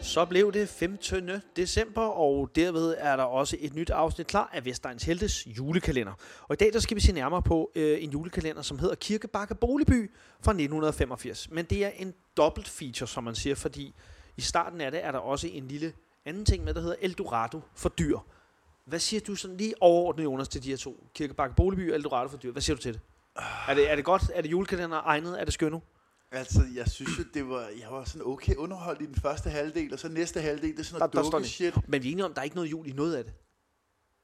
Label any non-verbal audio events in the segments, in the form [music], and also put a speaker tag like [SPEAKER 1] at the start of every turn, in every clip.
[SPEAKER 1] Så blev det 15. december, og derved er der også et nyt afsnit klar af Vestegns Heltes julekalender. Og i dag der skal vi se nærmere på øh, en julekalender, som hedder Kirkebakke Boligby fra 1985. Men det er en dobbelt feature, som man siger, fordi i starten af det er der også en lille anden ting med, der hedder Eldorado for dyr. Hvad siger du sådan lige overordnet, Jonas, til de her to? Kirkebakke Boligby og Eldorado for dyr. Hvad siger du til det? Er det, er det godt? Er det julekalender egnet? Er det skønt nu?
[SPEAKER 2] Altså, jeg synes jo, det var, jeg var sådan okay underholdt i den første halvdel, og så næste halvdel, det er sådan
[SPEAKER 1] Der- der
[SPEAKER 2] noget
[SPEAKER 1] står
[SPEAKER 2] dukke shit.
[SPEAKER 1] Men vi er enige om, at der er ikke noget jul i noget af det.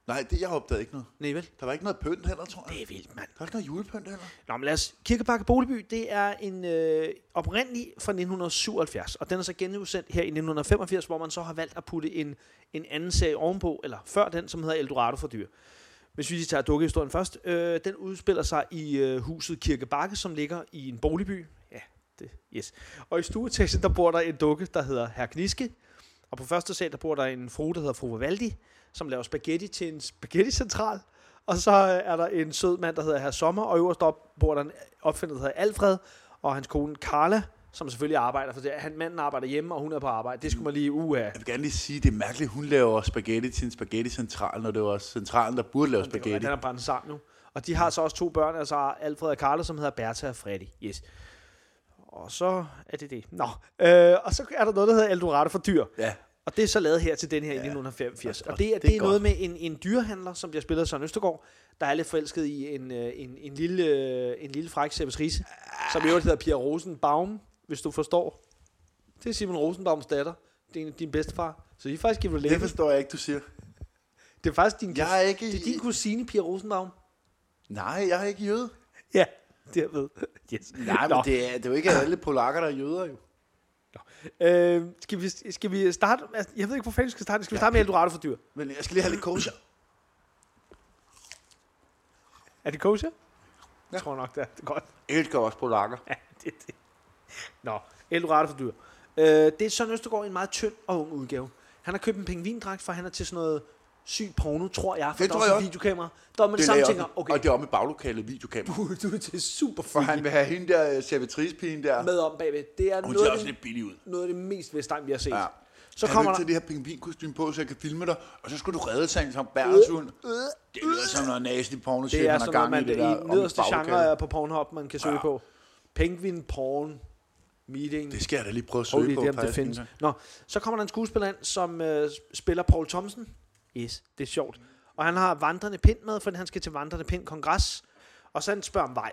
[SPEAKER 2] Nej, det, jeg opdagede ikke noget.
[SPEAKER 1] Nej, vel?
[SPEAKER 2] Der var ikke noget pynt heller, tror jeg.
[SPEAKER 1] Det er vildt, mand.
[SPEAKER 2] Der var ikke noget julepynt heller.
[SPEAKER 1] Nå, men lad os. Kirkebakke Boligby, det er en øh, oprindelig fra 1977, og den er så genudsendt her i 1985, hvor man så har valgt at putte en, en anden serie ovenpå, eller før den, som hedder Eldorado for dyr. Hvis vi lige tager dukkehistorien først, øh, den udspiller sig i øh, huset Kirkebakke, som ligger i en boligby. Ja, det, yes. Og i stueetagen, der bor der en dukke, der hedder Herr Gniske. Og på første sal, der bor der en fru, der hedder Fru Valdi, som laver spaghetti til en spaghetti-central. Og så øh, er der en sød mand, der hedder Herr Sommer, og øverst op bor der en opfinder, der hedder Alfred, og hans kone Carla, som selvfølgelig arbejder, for det. han manden arbejder hjemme, og hun er på arbejde. Det skulle man lige uha.
[SPEAKER 2] Jeg vil gerne lige sige, det er mærkeligt, hun laver spaghetti til en spaghetti-central, når det var centralen, der burde lave
[SPEAKER 1] Det er,
[SPEAKER 2] spaghetti.
[SPEAKER 1] den er brændt sammen nu. Og de har så også to børn, altså Alfred og Carlo, som hedder Bertha og Freddy. Yes. Og så er det det. Nå. Øh, og så er der noget, der hedder Eldorado for dyr.
[SPEAKER 2] Ja,
[SPEAKER 1] Og det er så lavet her til den her ja. i
[SPEAKER 2] Ja.
[SPEAKER 1] 1985. Og,
[SPEAKER 2] Og- og
[SPEAKER 1] det, er,
[SPEAKER 2] det
[SPEAKER 1] det
[SPEAKER 2] er
[SPEAKER 1] er noget med en, en dyrehandler, som bliver spillet af Søren Østergaard, der er lidt forelsket i en, øh, en, en, lille, øh, en lille fræk Seppes Riese, som i øvrigt hedder Pia Rosenbaum, hvis du forstår. Det er Simon Rosenbaums datter. Det er en- din bedstefar. Så I er faktisk i
[SPEAKER 2] det
[SPEAKER 1] related.
[SPEAKER 2] forstår jeg ikke, du siger.
[SPEAKER 1] Det er faktisk din,
[SPEAKER 2] Jeg er ikke
[SPEAKER 1] det er din
[SPEAKER 2] i-
[SPEAKER 1] kusine, Pia Rosenbaum.
[SPEAKER 2] Nej, jeg er ikke jøde.
[SPEAKER 1] Ja, derved. Yes.
[SPEAKER 2] Nej, men det er, det er jo ikke alle polakker, der er jøder jo.
[SPEAKER 1] Øh, skal, vi, skal vi starte? altså, Jeg ved ikke, hvor fanden vi skal starte. Skal vi starte med Eldorado for dyr?
[SPEAKER 2] Men jeg skal lige have lidt kosher.
[SPEAKER 1] Er det kosher? Ja. Jeg tror nok, det er. Det er godt. [laughs]
[SPEAKER 2] Jeg elsker også polakker.
[SPEAKER 1] Ja, det, er det. Nå, Eldorado for dyr. Øh, det er Søren Østergaard i en meget tynd og ung udgave. Han har købt en pingvindragt, for han er til sådan noget syg porno, tror jeg. For
[SPEAKER 2] Det
[SPEAKER 1] der
[SPEAKER 2] tror
[SPEAKER 1] er
[SPEAKER 2] jeg
[SPEAKER 1] også.
[SPEAKER 2] også.
[SPEAKER 1] et videokamera. Der er man det
[SPEAKER 2] lagde
[SPEAKER 1] samme
[SPEAKER 2] jeg
[SPEAKER 1] tænker,
[SPEAKER 2] op-
[SPEAKER 1] okay,
[SPEAKER 2] Og det er om i baglokalet videokamera.
[SPEAKER 1] [laughs] du er til super
[SPEAKER 2] For han vil have hende der øh, servitricepigen der.
[SPEAKER 1] med om bagved. Det er
[SPEAKER 2] Hun
[SPEAKER 1] noget
[SPEAKER 2] ser
[SPEAKER 1] af,
[SPEAKER 2] også
[SPEAKER 1] det,
[SPEAKER 2] lidt billig ud.
[SPEAKER 1] noget af det mest vestegn, vi har set.
[SPEAKER 2] Ja.
[SPEAKER 1] Ja. Så kommer der...
[SPEAKER 2] til det her pingvinkostyme på, så jeg kan filme dig, og så skal du redde sig som bærelsund. Det lyder som noget nasty porno shit,
[SPEAKER 1] Øh, Det er
[SPEAKER 2] han har
[SPEAKER 1] sådan noget,
[SPEAKER 2] gang i
[SPEAKER 1] man
[SPEAKER 2] det
[SPEAKER 1] i
[SPEAKER 2] der
[SPEAKER 1] den
[SPEAKER 2] om
[SPEAKER 1] nederste genre
[SPEAKER 2] baglokalet.
[SPEAKER 1] er på Pornhub, man kan søge ja. på. Penguin Porn Meeting.
[SPEAKER 2] Det skal jeg da lige prøve at søge
[SPEAKER 1] Holy
[SPEAKER 2] på.
[SPEAKER 1] damn, det
[SPEAKER 2] faktisk.
[SPEAKER 1] findes. Nå, så kommer der en skuespiller ind, som øh, spiller Paul Thomsen. Yes, det er sjovt. Og han har vandrende pind med, fordi han skal til vandrende pind kongres. Og så han spørger om vej.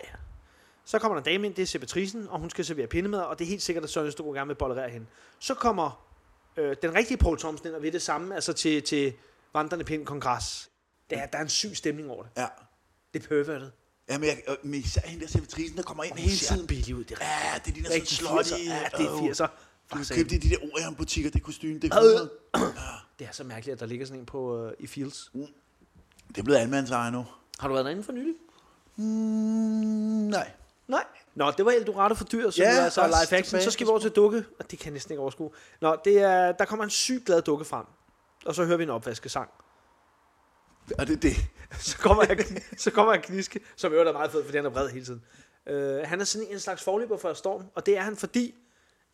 [SPEAKER 1] Så kommer der en dame ind, det er Sebatrisen, og hun skal servere pindemad, og det er helt sikkert, at Søren Østergaard gerne vil bollerere hende. Så kommer øh, den rigtige Paul Thomsen ind og vil det samme, altså til, til vandrende pind kongres. Der, der er en syg stemning over det.
[SPEAKER 2] Ja.
[SPEAKER 1] Det er pervertet.
[SPEAKER 2] Ja, men, jeg, øh, men især hende der servitrisen, der kommer ind hele
[SPEAKER 1] Hele tiden
[SPEAKER 2] tiden.
[SPEAKER 1] billig ud, det er
[SPEAKER 2] Ja, det er de der sådan
[SPEAKER 1] rigtig 80'er.
[SPEAKER 2] slottige.
[SPEAKER 1] Ja, det er 80'er.
[SPEAKER 2] Du
[SPEAKER 1] For
[SPEAKER 2] kan
[SPEAKER 1] satan.
[SPEAKER 2] købe det i de der Orion-butikker, det kostume, det er
[SPEAKER 1] Øh.
[SPEAKER 2] 100.
[SPEAKER 1] Det er så mærkeligt, at der ligger sådan en på øh, i Fields.
[SPEAKER 2] Mm. Det er blevet almandsejer nu.
[SPEAKER 1] Har du været derinde for nylig?
[SPEAKER 2] Mm, nej.
[SPEAKER 1] Nej. Nå, det var Eldorado for dyr, som
[SPEAKER 2] Ja,
[SPEAKER 1] ja, altså er
[SPEAKER 2] også
[SPEAKER 1] live action.
[SPEAKER 2] tilbage
[SPEAKER 1] Så skal vi over til dukke, og det kan jeg næsten ikke overskue. Nå, det er, der kommer en sygt glad dukke frem, og så hører vi en opvaskesang. [laughs]
[SPEAKER 2] Og det er det.
[SPEAKER 1] så kommer jeg, så kommer jeg kniske, som i øvrigt er meget fed, fordi han er vred hele tiden. Øh, han er sådan en slags forløber for Storm, og det er han fordi,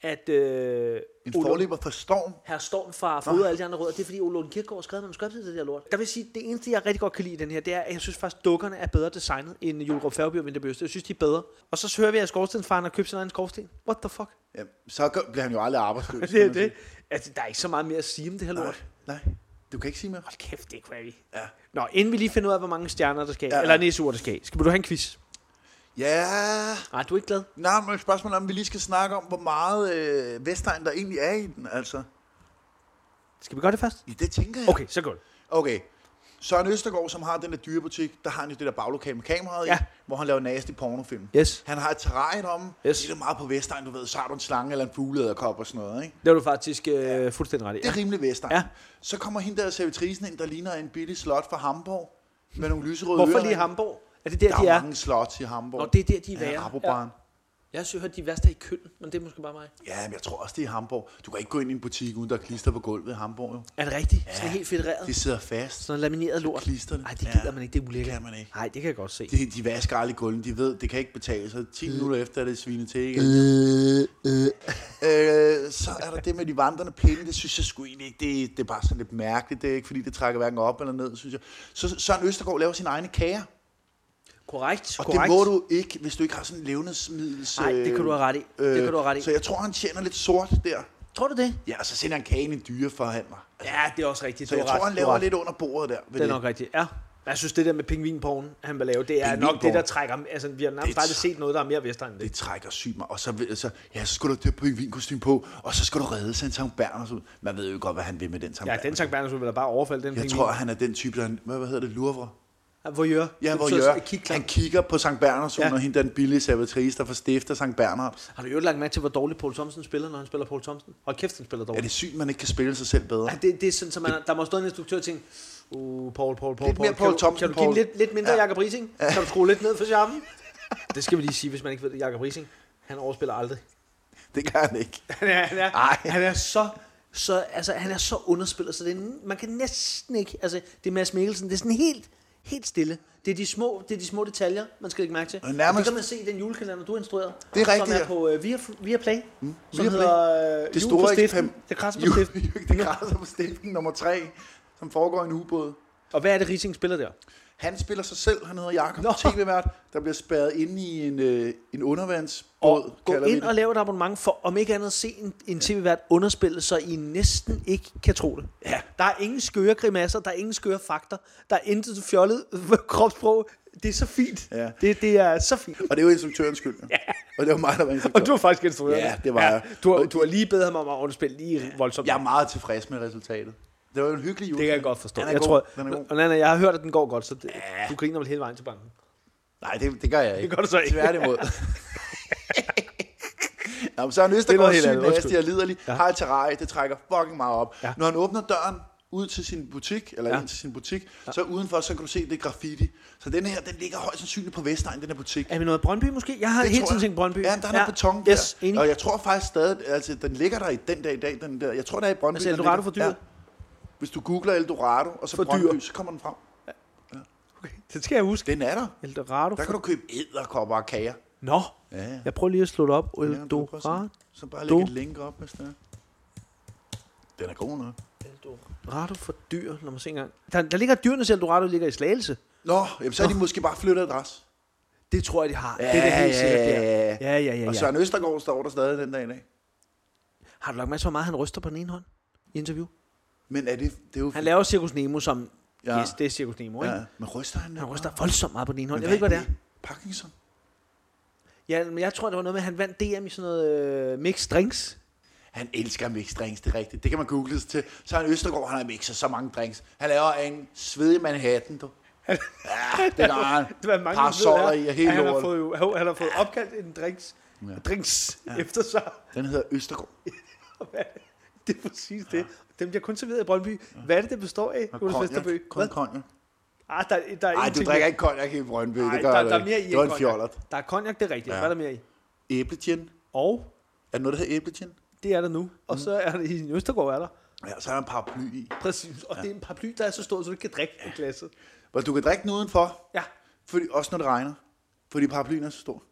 [SPEAKER 1] at øh,
[SPEAKER 2] En
[SPEAKER 1] Ole-
[SPEAKER 2] forløber for storm.
[SPEAKER 1] Herr Storm fra Frode og alle de andre rødder, det er fordi Ole Lund Kirkegaard har skrevet manuskriptet til det der lort. Der vil sige, det eneste, jeg rigtig godt kan lide i den her, det er, at jeg synes faktisk, dukkerne er bedre designet end Julrup Færgeby og Vinterby Øst. Jeg synes, de er bedre. Og så hører vi, at skorstensfaren har købt sin egen skorsten. What the fuck?
[SPEAKER 2] Ja, så gør- bliver han jo aldrig
[SPEAKER 1] [laughs] Det
[SPEAKER 2] arbejdsløs. kan
[SPEAKER 1] er
[SPEAKER 2] man
[SPEAKER 1] det.
[SPEAKER 2] sige.
[SPEAKER 1] Altså, der er ikke så meget mere at sige om det her
[SPEAKER 2] Nej,
[SPEAKER 1] lort.
[SPEAKER 2] nej. Du kan ikke sige mere.
[SPEAKER 1] Hold kæft, det er crappy.
[SPEAKER 2] Ja.
[SPEAKER 1] Nå, inden vi lige finder ud af, hvor mange stjerner der skal, ja,
[SPEAKER 2] Ja,
[SPEAKER 1] ja.
[SPEAKER 2] ja.
[SPEAKER 1] eller næseuger der skal, skal du have en quiz?
[SPEAKER 2] Ja,
[SPEAKER 1] Nej, du er ikke glad.
[SPEAKER 2] nej, men spørgsmålet er, om vi lige skal snakke om, hvor meget øh, Vestegn der egentlig er i den, altså.
[SPEAKER 1] Skal vi gøre det først?
[SPEAKER 2] Ja, det tænker jeg.
[SPEAKER 1] Okay, så går det.
[SPEAKER 2] okay. Søren Østergaard, som har den der dyrebutik, der har han jo det der baglokale med kameraet
[SPEAKER 1] Ja.
[SPEAKER 2] i, hvor han laver nasty pornofilm.
[SPEAKER 1] Yes.
[SPEAKER 2] Han har et terrarie om.
[SPEAKER 1] Yes.
[SPEAKER 2] Det er meget på Vestegn, du ved, så har du en slange eller en fuglederkop og sådan noget, ikke?
[SPEAKER 1] Det var du faktisk øh, fuldstændig ret i.
[SPEAKER 2] Det er rimelig Vestegn.
[SPEAKER 1] Ja.
[SPEAKER 2] Så kommer hende der servitrisen ind, der ligner en billig slot fra Hamburg, med nogle lyserøde
[SPEAKER 1] Hvorfor
[SPEAKER 2] ører,
[SPEAKER 1] lige
[SPEAKER 2] ikke?
[SPEAKER 1] Hamburg? Er det der,
[SPEAKER 2] Der
[SPEAKER 1] de
[SPEAKER 2] er,
[SPEAKER 1] er?
[SPEAKER 2] mange slots i Hamburg.
[SPEAKER 1] Nå, det er der, de er
[SPEAKER 2] Ja,
[SPEAKER 1] værre.
[SPEAKER 2] Rabobaren.
[SPEAKER 1] Jeg synes, at de værste er i Køln, men det er måske bare mig.
[SPEAKER 2] Ja, men jeg tror også, det er i Hamburg. Du kan ikke gå ind i en butik, uden der er klister på gulvet i Hamburg. Jo.
[SPEAKER 1] Er det rigtigt? Ja. Sådan helt federeret?
[SPEAKER 2] Det sidder fast.
[SPEAKER 1] Sådan noget lamineret lort?
[SPEAKER 2] Klisterne.
[SPEAKER 1] Nej, det
[SPEAKER 2] Ja.
[SPEAKER 1] gider man ikke. Det er ulækkert.
[SPEAKER 2] kan man ikke.
[SPEAKER 1] Nej, det kan jeg godt se.
[SPEAKER 2] De, de vasker aldrig gulvet. De ved, det kan ikke betale sig. 10
[SPEAKER 1] Øh.
[SPEAKER 2] minutter efter er det svinet til igen. Øh, så er der det med de vandrende pinde, det synes jeg sgu egentlig ikke, det, det er bare sådan lidt mærkeligt, det er ikke fordi, det trækker hverken op eller ned, synes jeg. Så Søren Østergaard laver sine egne kager,
[SPEAKER 1] Korrekt,
[SPEAKER 2] og
[SPEAKER 1] korrekt.
[SPEAKER 2] det må du ikke, hvis du ikke har sådan en levnedsmiddels... øh,
[SPEAKER 1] Nej, det kan du have ret i. Det kan du have ret i.
[SPEAKER 2] Så jeg tror, han tjener lidt sort der.
[SPEAKER 1] Tror du det?
[SPEAKER 2] Ja, og så sender han kagen i en dyreforhandler.
[SPEAKER 1] Ja, det er også rigtigt.
[SPEAKER 2] Så
[SPEAKER 1] Du
[SPEAKER 2] jeg
[SPEAKER 1] har ret.
[SPEAKER 2] tror, han
[SPEAKER 1] Du
[SPEAKER 2] laver
[SPEAKER 1] har-
[SPEAKER 2] lidt under bordet der. Ved
[SPEAKER 1] Det er nok rigtigt, ja. Jeg synes, det der med pingvinporn, han vil lave, det er nok det,
[SPEAKER 2] Pingvinporn.
[SPEAKER 1] der trækker... Altså, vi har nærmest
[SPEAKER 2] Det er
[SPEAKER 1] aldrig set noget, der er mere vestegn end det.
[SPEAKER 2] det trækker sygt mig. Og så, vil- så, ja, så skal du have det på en vinkostyme på, og så skal du redde Sankt Sankt Berners ud. Man ved jo godt, hvad han vil med den Sankt
[SPEAKER 1] Ja, den Sankt Berners vil da bare overfalde den
[SPEAKER 2] Jeg tror, han er den type, der... Hvad, hvad hedder det? Lurvre?
[SPEAKER 1] Ja, voyeur.
[SPEAKER 2] Ja,
[SPEAKER 1] Det
[SPEAKER 2] hvor
[SPEAKER 1] betyder sådan et
[SPEAKER 2] Jør,
[SPEAKER 1] kikklap.
[SPEAKER 2] han kigger på Sankt Berners ja.
[SPEAKER 1] Ja.
[SPEAKER 2] og hende der er den billige servitrice, der forstifter Sankt Berners.
[SPEAKER 1] Har du jo lagt mærke til, hvor dårligt Paul Thomsen spiller, når han spiller Paul Thomsen? Hold kæft, han spiller
[SPEAKER 2] Er
[SPEAKER 1] dårligt.
[SPEAKER 2] det sygt, man ikke kan spille sig selv bedre?
[SPEAKER 1] Ja, det, det er sådan, så man, der må stå en instruktør og tænke, uh, Paul, Paul, Paul,
[SPEAKER 2] Lidt mere
[SPEAKER 1] Paul,
[SPEAKER 2] Paul
[SPEAKER 1] kan,
[SPEAKER 2] Thomsen,
[SPEAKER 1] du, kan du give
[SPEAKER 2] Paul."
[SPEAKER 1] lidt, lidt mindre ja. Jakob Rising? Kan du skrue lidt ned for charmen? det skal vi lige sige, hvis man ikke ved det. Jakob Rising, han overspiller aldrig.
[SPEAKER 2] Det kan han ikke.
[SPEAKER 1] [laughs] Han er, han er,
[SPEAKER 2] Ej.
[SPEAKER 1] han er så så altså, han er så underspillet, så det er, man kan næsten ikke, altså det er Mads Mikkelsen, det er sådan helt, helt stille. Det er, de små, det er de små detaljer, man skal lægge mærke til.
[SPEAKER 2] Og nærmest-
[SPEAKER 1] Og det kan man se i den julekalender, du har instrueret.
[SPEAKER 2] Det er rigtigt,
[SPEAKER 1] Som
[SPEAKER 2] ja.
[SPEAKER 1] er på uh, via, via Play. Mm. Som
[SPEAKER 2] Viaplay.
[SPEAKER 1] hedder uh,
[SPEAKER 2] Det
[SPEAKER 1] det
[SPEAKER 2] store
[SPEAKER 1] store på
[SPEAKER 2] eksperiment.
[SPEAKER 1] stiften. Det krasser på
[SPEAKER 2] Jo,
[SPEAKER 1] stiften.
[SPEAKER 2] det græsser på stiften nummer 3, som foregår i en ubåd.
[SPEAKER 1] Og hvad er det, Rising spiller der?
[SPEAKER 2] Han spiller sig selv, han hedder Jakob,
[SPEAKER 1] Nå.
[SPEAKER 2] tv-vært, der bliver spærret inde i en, øh, en undervandsbåd,
[SPEAKER 1] Og gå
[SPEAKER 2] kalder vi
[SPEAKER 1] ind
[SPEAKER 2] det.
[SPEAKER 1] og lave et abonnement for, om ikke andet, at se en, en tv-vært underspille, så I næsten ikke kan tro det.
[SPEAKER 2] Ja.
[SPEAKER 1] Der er ingen skøre grimasser, der er ingen skøre fakter, der er intet fjollet [laughs] kropsprog. Det er så fint.
[SPEAKER 2] Ja.
[SPEAKER 1] Det, det er så fint.
[SPEAKER 2] Og det er jo instruktørens skyld. Ja. Og det var mig, der var instruktør.
[SPEAKER 1] Og du var faktisk instrueret.
[SPEAKER 2] Ja, det var jeg.
[SPEAKER 1] Du har, du har lige bedt ham om at underspille lige voldsomt.
[SPEAKER 2] Jeg er meget tilfreds med resultatet. Det var jo en hyggelig jul.
[SPEAKER 1] det kan jeg godt forstå.
[SPEAKER 2] Den er
[SPEAKER 1] Jeg
[SPEAKER 2] god.
[SPEAKER 1] tror,
[SPEAKER 2] Den er god.
[SPEAKER 1] og Nana, jeg har hørt, at den går godt, så det, du griner vel hele vejen til banken.
[SPEAKER 2] Nej, det, det gør jeg ikke.
[SPEAKER 1] [laughs] Det gør du så ikke.
[SPEAKER 2] Tværtimod. Nå, men Søren
[SPEAKER 1] Det er
[SPEAKER 2] Østergaard
[SPEAKER 1] noget
[SPEAKER 2] syg,
[SPEAKER 1] helt andet.
[SPEAKER 2] nasty
[SPEAKER 1] Undskyld.
[SPEAKER 2] og liderlig, ja. har et terrarie, det trækker fucking meget op. Ja.
[SPEAKER 1] Ja.
[SPEAKER 2] Når han åbner døren ud til sin butik, eller ja.
[SPEAKER 1] Ja.
[SPEAKER 2] ind til sin butik, ja. så udenfor, så kan du se, det er graffiti. Så den her, den ligger højst sandsynligt på Vestegn, den her butik.
[SPEAKER 1] Er vi noget Brøndby måske? Jeg har
[SPEAKER 2] Det
[SPEAKER 1] hele
[SPEAKER 2] tror
[SPEAKER 1] tiden
[SPEAKER 2] jeg.
[SPEAKER 1] tænkt Brøndby.
[SPEAKER 2] Ja, der er ja. noget beton der.
[SPEAKER 1] Yes, enig.
[SPEAKER 2] Og jeg tror faktisk stadig, altså den ligger der i den dag i dag, den der, jeg tror der er i Brøndby.
[SPEAKER 1] Altså,
[SPEAKER 2] den
[SPEAKER 1] Eldorado
[SPEAKER 2] ligger-
[SPEAKER 1] for dyret?
[SPEAKER 2] Hvis du googler Eldorado, og så
[SPEAKER 1] For
[SPEAKER 2] for Brøndby,
[SPEAKER 1] dyr.
[SPEAKER 2] så kommer den frem.
[SPEAKER 1] Okay, det skal jeg huske.
[SPEAKER 2] Den er der.
[SPEAKER 1] Eldorado.
[SPEAKER 2] Der kan du købe æderkopper og kager.
[SPEAKER 1] Nå,
[SPEAKER 2] Ja, ja.
[SPEAKER 1] jeg prøver lige at slå det op.
[SPEAKER 2] Ja, du kan
[SPEAKER 1] Eldorado.
[SPEAKER 2] også- Så bare læg
[SPEAKER 1] Do.
[SPEAKER 2] et link op, hvis det er. Den er god nok.
[SPEAKER 1] Eldorado for dyr, når man ser engang. Der, der ligger dyrenes Eldorado, ligger i Slagelse.
[SPEAKER 2] Nå, jamen, så har de måske bare flyttet adresse.
[SPEAKER 1] Det tror jeg, de har.
[SPEAKER 2] Ja,
[SPEAKER 1] det er det helt
[SPEAKER 2] ja,
[SPEAKER 1] sikkert,
[SPEAKER 2] ja, ja,
[SPEAKER 1] der. Ja, ja, ja,
[SPEAKER 2] Og
[SPEAKER 1] ja.
[SPEAKER 2] Søren Østergaard står der stadig den dag i dag.
[SPEAKER 1] Har du lagt mærke til, hvor meget han ryster på den ene hånd i interview?
[SPEAKER 2] Men er det, det er jo...
[SPEAKER 1] Han laver Circus Nemo som...
[SPEAKER 2] Ja.
[SPEAKER 1] Ja. Yes, det er Circus Nemo, ikke?
[SPEAKER 2] ja, men ryster han?
[SPEAKER 1] Han ryster voldsomt meget på den ene hånd. Jeg ved ikke, hvad det er.
[SPEAKER 2] Parkinson?
[SPEAKER 1] Ja, men jeg tror, det var noget med, at han vandt DM i sådan noget øh, mixed drinks.
[SPEAKER 2] Han elsker at mixe drinks, det er rigtigt. Det kan man google sig til. Søren Østergaard, han har mixet så mange drinks. Han laver en svedig Manhattan,
[SPEAKER 1] [laughs]
[SPEAKER 2] du. Ja, det gør han.
[SPEAKER 1] Det var mange,
[SPEAKER 2] Parasoller i og hele
[SPEAKER 1] han har,
[SPEAKER 2] lortet.
[SPEAKER 1] fået, jo, han har fået opkaldt en drinks,
[SPEAKER 2] Ja.
[SPEAKER 1] ja. drinks ja. efter sig.
[SPEAKER 2] Den hedder Østergaard.
[SPEAKER 1] Det er præcis det. Dem bliver kun serveret i Brøndby. Hvad er det, det består af, Jonas Vesterbø?
[SPEAKER 2] Kun
[SPEAKER 1] Hvad?
[SPEAKER 2] konjak.
[SPEAKER 1] Ah, der, der er
[SPEAKER 2] Nej,
[SPEAKER 1] en
[SPEAKER 2] du
[SPEAKER 1] ting
[SPEAKER 2] drikker
[SPEAKER 1] mere.
[SPEAKER 2] ikke konjak i Brøndby.
[SPEAKER 1] Ej,
[SPEAKER 2] det gør
[SPEAKER 1] der,
[SPEAKER 2] du
[SPEAKER 1] der er
[SPEAKER 2] ikke.
[SPEAKER 1] mere i
[SPEAKER 2] Det var
[SPEAKER 1] end
[SPEAKER 2] en
[SPEAKER 1] cognac.
[SPEAKER 2] fjollert.
[SPEAKER 1] Der er cognac, det er rigtigt.
[SPEAKER 2] Ja.
[SPEAKER 1] Ja. Hvad er der mere i?
[SPEAKER 2] Æblegen.
[SPEAKER 1] Og
[SPEAKER 2] Er der noget, der hedder æblegen?
[SPEAKER 1] det er der nu. Og
[SPEAKER 2] Mm.
[SPEAKER 1] så er det i Østergaard er der.
[SPEAKER 2] Ja, så er der en paraply i.
[SPEAKER 1] Præcis. Og ja. det er en paraply, der er så stor, så du ikke kan drikke i glasset.
[SPEAKER 2] Hvor du kan drikke den udenfor,
[SPEAKER 1] Ja.
[SPEAKER 2] fordi, også når det regner, fordi paraplyen er så stor.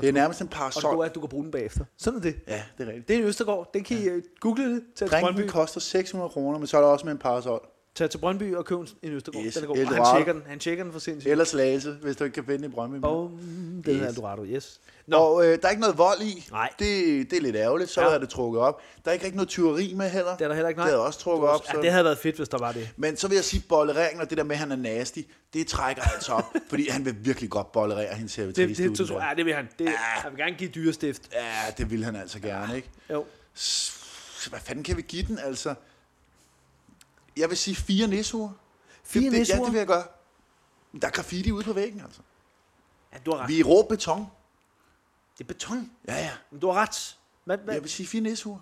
[SPEAKER 2] Det er nærmest en
[SPEAKER 1] Og det
[SPEAKER 2] parasol.
[SPEAKER 1] gode er, at du kan bruge den bagefter. Sådan er det.
[SPEAKER 2] Ja, det er rigtigt.
[SPEAKER 1] Det er en Østergaard. Den kan I øh, google det. Tag til,
[SPEAKER 2] Drinken
[SPEAKER 1] Brøndby,
[SPEAKER 2] koster 600 kroner, men så er der også med en parasol.
[SPEAKER 1] tag til Brøndby og køb en Østergaard.
[SPEAKER 2] Yes,
[SPEAKER 1] Den er god. Og
[SPEAKER 2] Eldorado.
[SPEAKER 1] han tjekker den. Han tjekker den for sindssygt.
[SPEAKER 2] Eller slagelse, hvis du ikke kan finde den i Brøndby. mere.
[SPEAKER 1] Bum. Den
[SPEAKER 2] Yes.
[SPEAKER 1] er Eldorado, yes.
[SPEAKER 2] Nå. Og øh, der er ikke noget vold i.
[SPEAKER 1] Nej.
[SPEAKER 2] Det, det er lidt ærgerligt, så
[SPEAKER 1] Ja.
[SPEAKER 2] ja. er det trukket op. Der er ikke rigtig noget tyveri med heller.
[SPEAKER 1] Det er der heller ikke,
[SPEAKER 2] Det
[SPEAKER 1] nej.
[SPEAKER 2] er også trukket op.
[SPEAKER 1] Ja,
[SPEAKER 2] Så.
[SPEAKER 1] det havde været fedt, hvis der var det.
[SPEAKER 2] Men så vil jeg sige, bollereringen og det der med, at han er nasty, det trækker altså
[SPEAKER 1] [laughs]
[SPEAKER 2] op. fordi han vil virkelig godt bollerere hendes servitrice.
[SPEAKER 1] Det, det, det,
[SPEAKER 2] udenfor.
[SPEAKER 1] ja, det vil han. Det,
[SPEAKER 2] Ah.
[SPEAKER 1] han vil gerne give dyrestift.
[SPEAKER 2] ja, det vil han altså gerne, ikke?
[SPEAKER 1] Jo.
[SPEAKER 2] Så hvad fanden kan vi give den, altså? Jeg vil sige fire nissuer.
[SPEAKER 1] Fire
[SPEAKER 2] det, det, Ja,
[SPEAKER 1] nisseure?
[SPEAKER 2] det vil jeg gøre. Men Der er graffiti ude på væggen, altså.
[SPEAKER 1] Ja, du har ret.
[SPEAKER 2] Vi er i rå beton.
[SPEAKER 1] Det er beton.
[SPEAKER 2] Ja, ja.
[SPEAKER 1] Men du har ret. Hvad, hvad?
[SPEAKER 2] Jeg vil sige fire nissuer.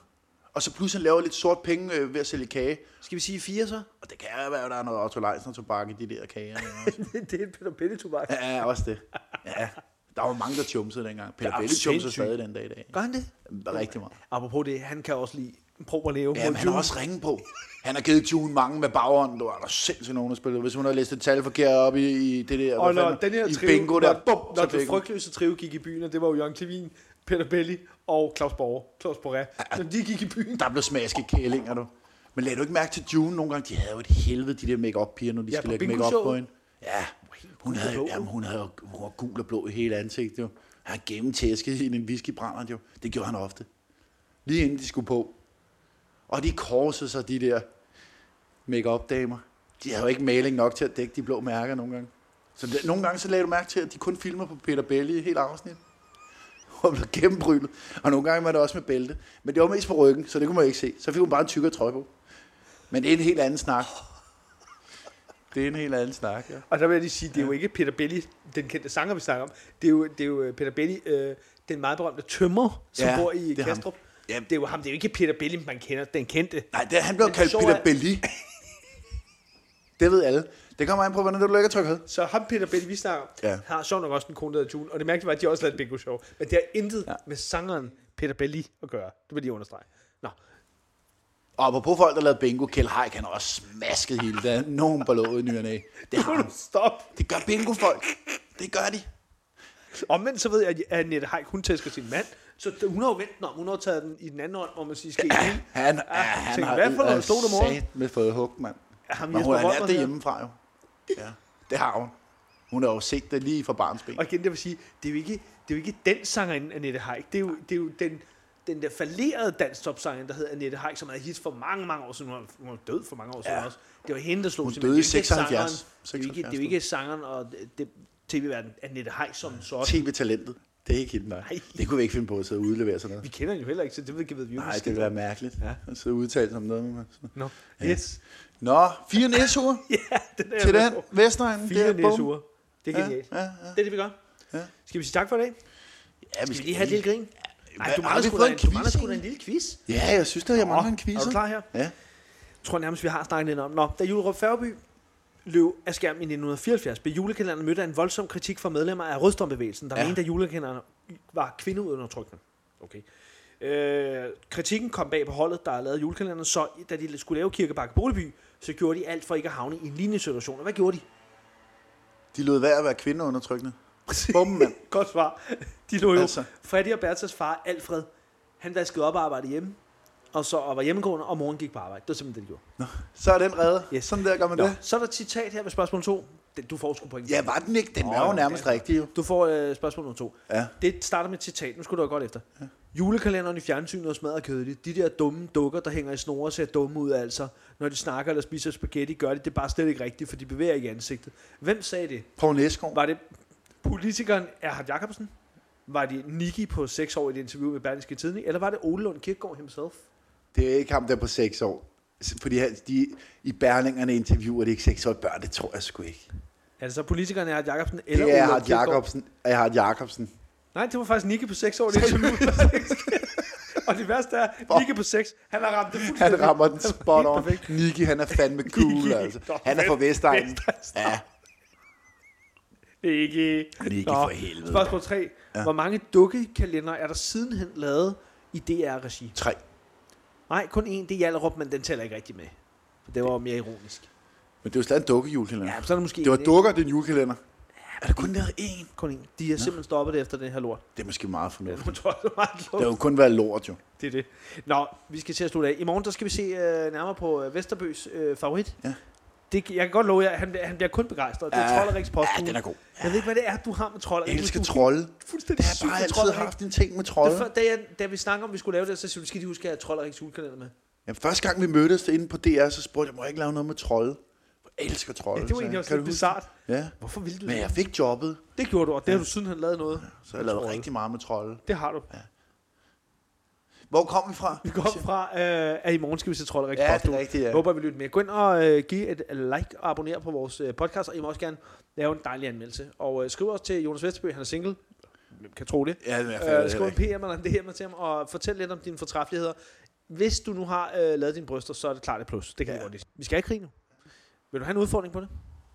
[SPEAKER 2] Og så plus han laver lidt sort penge øh, ved at sælge kage.
[SPEAKER 1] Skal vi sige fire
[SPEAKER 2] [laughs]
[SPEAKER 1] så?
[SPEAKER 2] Og det kan jo være, at der er
[SPEAKER 1] [laughs]
[SPEAKER 2] noget Otto Leisner tobak i de der kager.
[SPEAKER 1] det er en Peter Pelle tobak.
[SPEAKER 2] ja, også det. Ja, Der var mange, der chumsede dengang. Peter
[SPEAKER 1] Ja,
[SPEAKER 2] Belli chumser
[SPEAKER 1] sindssygt.
[SPEAKER 2] stadig den dag i dag.
[SPEAKER 1] Gør han det?
[SPEAKER 2] Rigtig meget.
[SPEAKER 1] Apropos det, han kan også lide Prob at leve.
[SPEAKER 2] Ja, men han har også ringe på. Han har givet June mange med bagånden. Du er der sindssygt nogen, der spillede. Hvis hun har læst et tal forkert op i, i det der,
[SPEAKER 1] og
[SPEAKER 2] hvad
[SPEAKER 1] når den
[SPEAKER 2] fanden,
[SPEAKER 1] her
[SPEAKER 2] i
[SPEAKER 1] trio,
[SPEAKER 2] bingo der,
[SPEAKER 1] når,
[SPEAKER 2] bum,
[SPEAKER 1] når
[SPEAKER 2] så
[SPEAKER 1] den
[SPEAKER 2] fik hun.
[SPEAKER 1] frygtløse trio gik i byen, og det var jo Jørgen Klevin, Peter Belli og Claus Borger, Claus Borre, når de gik i byen.
[SPEAKER 2] Der blev smasket kællinger, du. Men lagde du ikke mærke til June nogle gange? De havde jo et helvede, de der make piger når de
[SPEAKER 1] Ja,
[SPEAKER 2] ja, skulle
[SPEAKER 1] på
[SPEAKER 2] lægge make
[SPEAKER 1] bingo-showet.
[SPEAKER 2] på hende. Ja, hun
[SPEAKER 1] gul og
[SPEAKER 2] havde,
[SPEAKER 1] blå,
[SPEAKER 2] jamen, hun havde jo- hun var gul og blå i hele ansigtet, jo. Han gennemtæskede hende en whiskybrænder, jo. Det gjorde han ofte. Lige inden de skulle på. Og de korsede sig, de der make damer De havde jo ikke maling nok til at dække de blå mærker nogle gange. Så det, nogle gange så lagde du mærke til, at de kun filmer på Peter Belli i helt afsnit. [laughs] Og blev gennembrylet. Og nogle gange var det også med bælte. Men det var mest på ryggen, så det kunne man ikke se. Så fik hun bare en tykkere trøje på. Men det er en helt anden snak. Det er en helt anden snak, ja.
[SPEAKER 1] Og der vil jeg lige sige, det er jo ikke Peter Belli, den kendte sanger, vi snakker om. Det er jo, det er jo øh, Peter Belli, øh, den meget berømte tømmer, som
[SPEAKER 2] Ja,
[SPEAKER 1] bor i
[SPEAKER 2] det er ham.
[SPEAKER 1] Kastrup.
[SPEAKER 2] Ja.
[SPEAKER 1] Det er jo ham, det er jo ikke Peter Belli, man kender, den kendte.
[SPEAKER 2] Nej, det, han blev
[SPEAKER 1] det
[SPEAKER 2] kaldt
[SPEAKER 1] sjove
[SPEAKER 2] Peter
[SPEAKER 1] er-
[SPEAKER 2] Belli. [laughs] Det ved alle. Det kommer an på, hvordan du lægger trykket.
[SPEAKER 1] Så ham Peter Belli, vi snakker om, ja.
[SPEAKER 2] Ja.
[SPEAKER 1] har sjovt nok også en kone, der hedder June. Og det mærkelige var, at de også lavede et bingo show. Men det har intet ja. med sangeren Peter Belli at gøre. Det vil jeg lige understrege. Nå,
[SPEAKER 2] Og apropos folk, der lavede bingo, Kjell Haik, han har også smasket hele der. Nogen på låget i ny og næ. Det har han.
[SPEAKER 1] stop.
[SPEAKER 2] Det gør bingo-folk. Det gør de.
[SPEAKER 1] Omvendt så ved jeg, at Nette Haik, hun tæsker sin mand. Så d- hun har jo vendt den om. Hun har taget den i den anden hånd, hvor man siger, skal ja,
[SPEAKER 2] Han, ja,
[SPEAKER 1] Ah,
[SPEAKER 2] han
[SPEAKER 1] tænk,
[SPEAKER 2] har
[SPEAKER 1] hvad for noget
[SPEAKER 2] øh,
[SPEAKER 1] stod der, mor?
[SPEAKER 2] satme fået hugt, mand.
[SPEAKER 1] Ham
[SPEAKER 2] Men
[SPEAKER 1] Jesper
[SPEAKER 2] hun har lært
[SPEAKER 1] Volmer
[SPEAKER 2] det
[SPEAKER 1] her.
[SPEAKER 2] hjemmefra, jo. Ja, det har hun. Hun har jo set det lige fra barnsben.
[SPEAKER 1] Og igen, det vil sige, det er jo ikke, det er jo ikke den sangerinde, Annette Haik. Det er jo, det er jo den, den der falderede dansk topsangerinde, der hedder Annette Haik, som havde hit for mange, mange år siden. Hun var, hun var død for mange år siden
[SPEAKER 2] Ja.
[SPEAKER 1] også. Det var hende, der slog
[SPEAKER 2] Hun
[SPEAKER 1] sig.
[SPEAKER 2] døde
[SPEAKER 1] men
[SPEAKER 2] i
[SPEAKER 1] det er jo ikke
[SPEAKER 2] 76.
[SPEAKER 1] sangeren- Det er jo ikke, det er jo
[SPEAKER 2] 76.
[SPEAKER 1] ikke sangeren og det, tv-verden Annette Haik som sådan.
[SPEAKER 2] TV-talentet. Det er ikke helt nej.
[SPEAKER 1] Nej.
[SPEAKER 2] Det kunne vi ikke finde på at sidde og udlevere sådan
[SPEAKER 1] Vi
[SPEAKER 2] noget.
[SPEAKER 1] kender hende jo heller ikke, så det ved, ved vi jo
[SPEAKER 2] Nej, det
[SPEAKER 1] ikke.
[SPEAKER 2] ville være mærkeligt.
[SPEAKER 1] Ja.
[SPEAKER 2] Ja. At sidde og udtale sig om noget. Med.
[SPEAKER 1] Nå, yes.
[SPEAKER 2] Nå, fire næsure
[SPEAKER 1] Ja, det der.
[SPEAKER 2] til den. Vestegnen.
[SPEAKER 1] Fire
[SPEAKER 2] der, bum.
[SPEAKER 1] næsure. Det er
[SPEAKER 2] Ja,
[SPEAKER 1] genialt.
[SPEAKER 2] ja, ja.
[SPEAKER 1] Det er det, vi gør.
[SPEAKER 2] Ja.
[SPEAKER 1] Skal vi sige tak for i dag?
[SPEAKER 2] Ja,
[SPEAKER 1] Skal vi lige have et lille grin? Nej,
[SPEAKER 2] Hvad-
[SPEAKER 1] du
[SPEAKER 2] har
[SPEAKER 1] mangler
[SPEAKER 2] vi
[SPEAKER 1] sgu
[SPEAKER 2] fået
[SPEAKER 1] da en,
[SPEAKER 2] en
[SPEAKER 1] du
[SPEAKER 2] quiz
[SPEAKER 1] mangler sgu da
[SPEAKER 2] egentlig?
[SPEAKER 1] en lille quiz.
[SPEAKER 2] Ja, jeg synes, at jeg mangler en quiz.
[SPEAKER 1] Er du klar her?
[SPEAKER 2] Ja.
[SPEAKER 1] Jeg tror nærmest, vi har snakket lidt om. Nå, da Julerup Færgeby løb af skærmen i 1974, blev julekalenderen mødt af en voldsom kritik fra medlemmer af Rødstombevægelsen, der ja.
[SPEAKER 2] Ja.
[SPEAKER 1] mente, at julekalenderen var kvindeundertrykkende. Okay. Øh, kritikken kom bag på holdet, der lavede julekalenderen, så da de skulle lave Kirkebakke Boligby, så gjorde de alt for ikke at havne i en lignende situation. Og hvad gjorde de?
[SPEAKER 2] De lød værd at være kvindeundertrykkende. Bum, [laughs] mand.
[SPEAKER 1] [laughs] Godt svar. De lå jo. Altså.
[SPEAKER 2] Altså.
[SPEAKER 1] Freddy og Bertas far, Alfred, han vaskede op og arbejdede hjemme, og så og var hjemmegående, og moren gik på arbejde. Det var simpelthen det, de gjorde.
[SPEAKER 2] Så er den reddet.
[SPEAKER 1] Yes.
[SPEAKER 2] Yes. Sådan der gør man
[SPEAKER 1] Nå,
[SPEAKER 2] det.
[SPEAKER 1] så er der et citat her ved spørgsmål 2. Det- Du får sgu point.
[SPEAKER 2] Ja, var den ikke? Den
[SPEAKER 1] Nå,
[SPEAKER 2] var jo
[SPEAKER 1] jo,
[SPEAKER 2] nærmest
[SPEAKER 1] det er-
[SPEAKER 2] rigtig, jo.
[SPEAKER 1] Du får øh, spørgsmål nummer to.
[SPEAKER 2] Ja.
[SPEAKER 1] Det starter med et citat. Nu skulle du have godt efter. Ja. Julekalenderen i fjernsynet er smadret kedelig. De der dumme dukker, der hænger i snore, ser dumme ud altså. Når de snakker eller spiser spaghetti, gør de det bare slet ikke rigtigt, for de bevæger ikke ansigtet. Hvem sagde det?
[SPEAKER 2] Poul Næsgaard.
[SPEAKER 1] Var det politikeren Erhard Jacobsen? Var det Niki på 6 år i et interview med Berlingske Tidning? Eller var det Ole Lund Kirkegaard himself?
[SPEAKER 2] Det er ikke ham, der er på 6 år. S- Fordi han- de, i Berlingerne interviewer det ikke 6 år børn. Det tror jeg sgu ikke.
[SPEAKER 1] Er det så politikeren Erhard Jacobsen? Eller
[SPEAKER 2] Eller det
[SPEAKER 1] Ole
[SPEAKER 2] er
[SPEAKER 1] Lund
[SPEAKER 2] Hart
[SPEAKER 1] Kirkegaard?
[SPEAKER 2] Jacobsen. Jeg har Jacobsen.
[SPEAKER 1] Nej, det var faktisk Nikke på 6 år, det interview. [laughs] og det værste er, Nikke på 6, han har ramt det
[SPEAKER 2] [laughs] Han
[SPEAKER 1] fuldstændig.
[SPEAKER 2] rammer den spot on.
[SPEAKER 1] perfekt.
[SPEAKER 2] Niki, han er fandme [laughs] cool,
[SPEAKER 1] Nicki.
[SPEAKER 2] altså.
[SPEAKER 1] Nå,
[SPEAKER 2] Han er fra
[SPEAKER 1] vest-
[SPEAKER 2] Vestegnen.
[SPEAKER 1] Vestegn.
[SPEAKER 2] Ja,
[SPEAKER 1] Nikke.
[SPEAKER 2] Nikke
[SPEAKER 1] Nå,
[SPEAKER 2] for helvede.
[SPEAKER 1] Spørgsmål 3. Ja. Hvor mange dukkekalender er der sidenhen lavet i DR-regi?
[SPEAKER 2] tre.
[SPEAKER 1] Nej, kun én, det er Jallerup, men den tæller ikke rigtig med. For det var jo mere ironisk.
[SPEAKER 2] Men det er jo slet en dukkejulekalender.
[SPEAKER 1] Ja, så er der måske
[SPEAKER 2] Det var
[SPEAKER 1] en,
[SPEAKER 2] dukker, den julekalender. Er der kun lavet én?
[SPEAKER 1] ikke? Kun én. De har simpelthen stoppet det efter den her lort.
[SPEAKER 2] Det er måske meget fornuftigt.
[SPEAKER 1] Nu tror [laughs] jeg, det er meget
[SPEAKER 2] Det
[SPEAKER 1] lort.
[SPEAKER 2] har jo kun været lort, jo.
[SPEAKER 1] Det er det. Nå, vi skal til at slutte af. I morgen der skal vi se øh, nærmere på øh, Vesterbøs øh, favorit.
[SPEAKER 2] Ja.
[SPEAKER 1] Det, jeg kan godt love jer, at han, han bliver kun begejstret. Det er
[SPEAKER 2] Ja.
[SPEAKER 1] Trolleriks postbud.
[SPEAKER 2] Ja, den er god.
[SPEAKER 1] Jeg ved ikke, hvad det er, du har med trolder.
[SPEAKER 2] Jeg elsker trolde.
[SPEAKER 1] Fuldstændig
[SPEAKER 2] Det har
[SPEAKER 1] sygt
[SPEAKER 2] bare
[SPEAKER 1] med
[SPEAKER 2] altid
[SPEAKER 1] trolder.
[SPEAKER 2] haft en ting med
[SPEAKER 1] Det
[SPEAKER 2] trolde.
[SPEAKER 1] for, da, jeg, da vi snakker om, at vi skulle lave det, så siger du, skal de huske at have Trolleriks julekalender med.
[SPEAKER 2] Ja, første gang vi mødtes inde på DR, så spurgte jeg, må jeg ikke lave noget med trolde? Jeg elsker trolde.
[SPEAKER 1] Ja, det var
[SPEAKER 2] sagde
[SPEAKER 1] egentlig
[SPEAKER 2] jeg.
[SPEAKER 1] også
[SPEAKER 2] Kan
[SPEAKER 1] lidt
[SPEAKER 2] du huske
[SPEAKER 1] bizart.
[SPEAKER 2] det? Ja,
[SPEAKER 1] Hvorfor ville du
[SPEAKER 2] men
[SPEAKER 1] det?
[SPEAKER 2] jeg fik jobbet,
[SPEAKER 1] Det gjorde du, og det har du sidenhen lavet noget.
[SPEAKER 2] så jeg lavede rigtig meget med trolde.
[SPEAKER 1] Det har du.
[SPEAKER 2] Hvor kom vi fra?
[SPEAKER 1] Vi går fra, øh, at i morgen skal vi se Trolleriks
[SPEAKER 2] Ja,
[SPEAKER 1] postbud.
[SPEAKER 2] det er rigtigt, ja.
[SPEAKER 1] Jeg håber, vi lytter med. Gå ind og øh, giv et like og abonner på vores øh, podcast, og I må også gerne lave en dejlig anmeldelse. Og øh, skriv også til Jonas Vesterbø, han er single. Hvem kan tro det?
[SPEAKER 2] Ja, det er i hvert fald
[SPEAKER 1] Øh, skriv en
[SPEAKER 2] heller ikke.
[SPEAKER 1] PM eller en DM til ham, og fortæl lidt om dine fortræffeligheder. Hvis du nu har øh, lavet dine bryster, så er det klart et plus. Det kan ja.
[SPEAKER 2] Ja.
[SPEAKER 1] vi godt lide. Vi skal ikke krig nu. Vil du have en udfordring på det?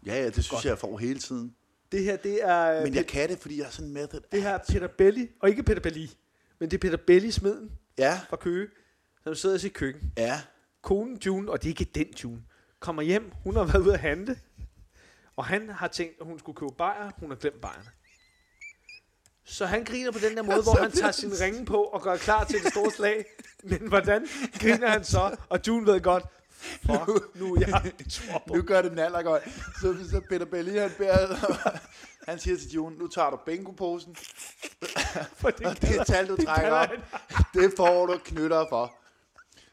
[SPEAKER 2] Ja, ja, det synes
[SPEAKER 1] Godt.
[SPEAKER 2] jeg, jeg får hele tiden.
[SPEAKER 1] Det her, det er,
[SPEAKER 2] Men jeg kan det, fordi jeg er sådan method.
[SPEAKER 1] det her er Peter Belli, og ikke Peter Belli, men det er Peter Belli, smeden
[SPEAKER 2] Ja,
[SPEAKER 1] fra Køge, som sidder i sit køkken.
[SPEAKER 2] ja.
[SPEAKER 1] konen June, og det er ikke den June, kommer hjem, hun har været ude at handle, og han har tænkt, at hun skulle købe bajer, hun har glemt bajerne. Så han griner på den der
[SPEAKER 2] [laughs]
[SPEAKER 1] måde, hvor han tager sin ringe på og gør klar til det store slag. Men hvordan griner han så? Og June ved godt, fuck, nu er jeg i trouble.
[SPEAKER 2] Nu gør det den alder godt. Så, så Peter Belli, han, beder, [laughs] han siger til June, nu tager du bingo-posen,
[SPEAKER 1] For det
[SPEAKER 2] og det tal, du trækker
[SPEAKER 1] [laughs]
[SPEAKER 2] op, det får du knytter for.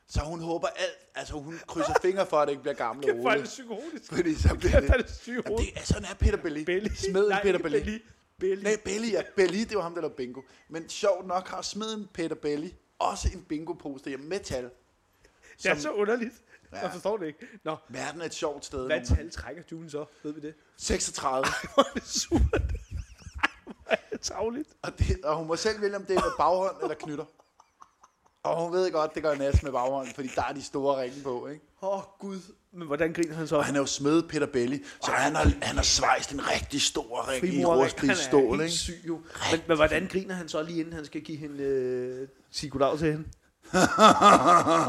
[SPEAKER 2] Så hun håber alt, altså hun krydser fingre for, at det ikke bliver gammel
[SPEAKER 1] er
[SPEAKER 2] Ole.
[SPEAKER 1] faktisk psykotisk.
[SPEAKER 2] Fordi så bliver
[SPEAKER 1] Det er
[SPEAKER 2] det...
[SPEAKER 1] det syge
[SPEAKER 2] Jamen,
[SPEAKER 1] hoved.
[SPEAKER 2] det er, sådan er Peter Belli.
[SPEAKER 1] Belli.
[SPEAKER 2] Smeden
[SPEAKER 1] Nej,
[SPEAKER 2] Peter
[SPEAKER 1] ikke
[SPEAKER 2] Belli.
[SPEAKER 1] Belli.
[SPEAKER 2] Nej, Belli, ja. Belli, det var ham, der lavede bingo. Men sjovt nok har smeden Peter Belli også en bingo-pose derhjemme med tal.
[SPEAKER 1] Det er
[SPEAKER 2] som-
[SPEAKER 1] så underligt.
[SPEAKER 2] Ja.
[SPEAKER 1] Jeg forstår det ikke. Nå,
[SPEAKER 2] Verden er et sjovt sted.
[SPEAKER 1] hvad
[SPEAKER 2] nogle gange.
[SPEAKER 1] tal trækker June så? Ved vi det?
[SPEAKER 2] 36.
[SPEAKER 1] Hvor er det surt. [laughs] Ej, hvor er det tavligt.
[SPEAKER 2] Og, det, og hun må selv vælge, om det er med baghånd eller knytter. Og hun ved godt, det gør Nas med baghånd, fordi der er de store ringe på, ikke? Åh, oh, Gud.
[SPEAKER 1] Men hvordan griner han så?
[SPEAKER 2] Og han er jo smed Peter Belli, så han har, han har svejst en rigtig stor ring i
[SPEAKER 1] Frimor, han
[SPEAKER 2] rustfri stål,
[SPEAKER 1] er helt
[SPEAKER 2] ikke?
[SPEAKER 1] syg jo. Men, men hvordan griner han så lige inden han skal give hende øh, sige goddag til hende?
[SPEAKER 2] [laughs]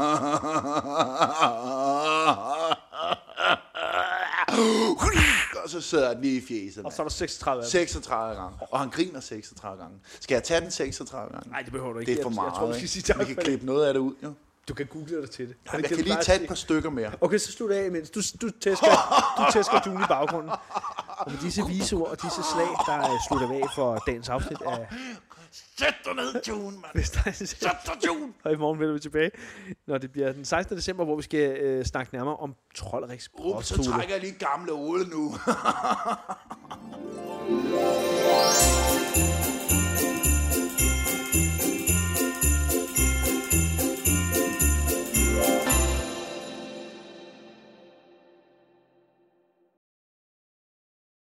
[SPEAKER 2] og så sidder den lige i fjeset.
[SPEAKER 1] Og
[SPEAKER 2] mand.
[SPEAKER 1] så er der 36 af dem.
[SPEAKER 2] 36 gange. Og han griner 36 gange. Skal jeg tage den 36 gange?
[SPEAKER 1] Nej, det behøver du ikke.
[SPEAKER 2] Det er for
[SPEAKER 1] Jeg-
[SPEAKER 2] meget.
[SPEAKER 1] Jeg tror, du skal
[SPEAKER 2] ikke?
[SPEAKER 1] sige tak
[SPEAKER 2] Vi kan
[SPEAKER 1] for det.
[SPEAKER 2] klippe noget af det ud, jo.
[SPEAKER 1] Du kan google dig til det. Er det
[SPEAKER 2] Jamen,
[SPEAKER 1] ikke
[SPEAKER 2] jeg kan
[SPEAKER 1] det, du
[SPEAKER 2] lige
[SPEAKER 1] plejer
[SPEAKER 2] tage
[SPEAKER 1] at
[SPEAKER 2] et par stykker mere.
[SPEAKER 1] sige? Okay, så slut af imens. Du, du tæsker, du tæsker Dune i baggrunden. Og med disse vise ord og disse slag, der øh, slutter vi af for dagens afsnit af
[SPEAKER 2] Sæt dig ned, June, mand.
[SPEAKER 1] Vestegns.
[SPEAKER 2] Sæt dig, June.
[SPEAKER 1] Og i morgen vender vi tilbage, når det bliver den 16. december, hvor vi skal øh, snakke nærmere om Trolderiks
[SPEAKER 2] Rup, så
[SPEAKER 1] Brostule.
[SPEAKER 2] trækker jeg lige gamle Ole nu.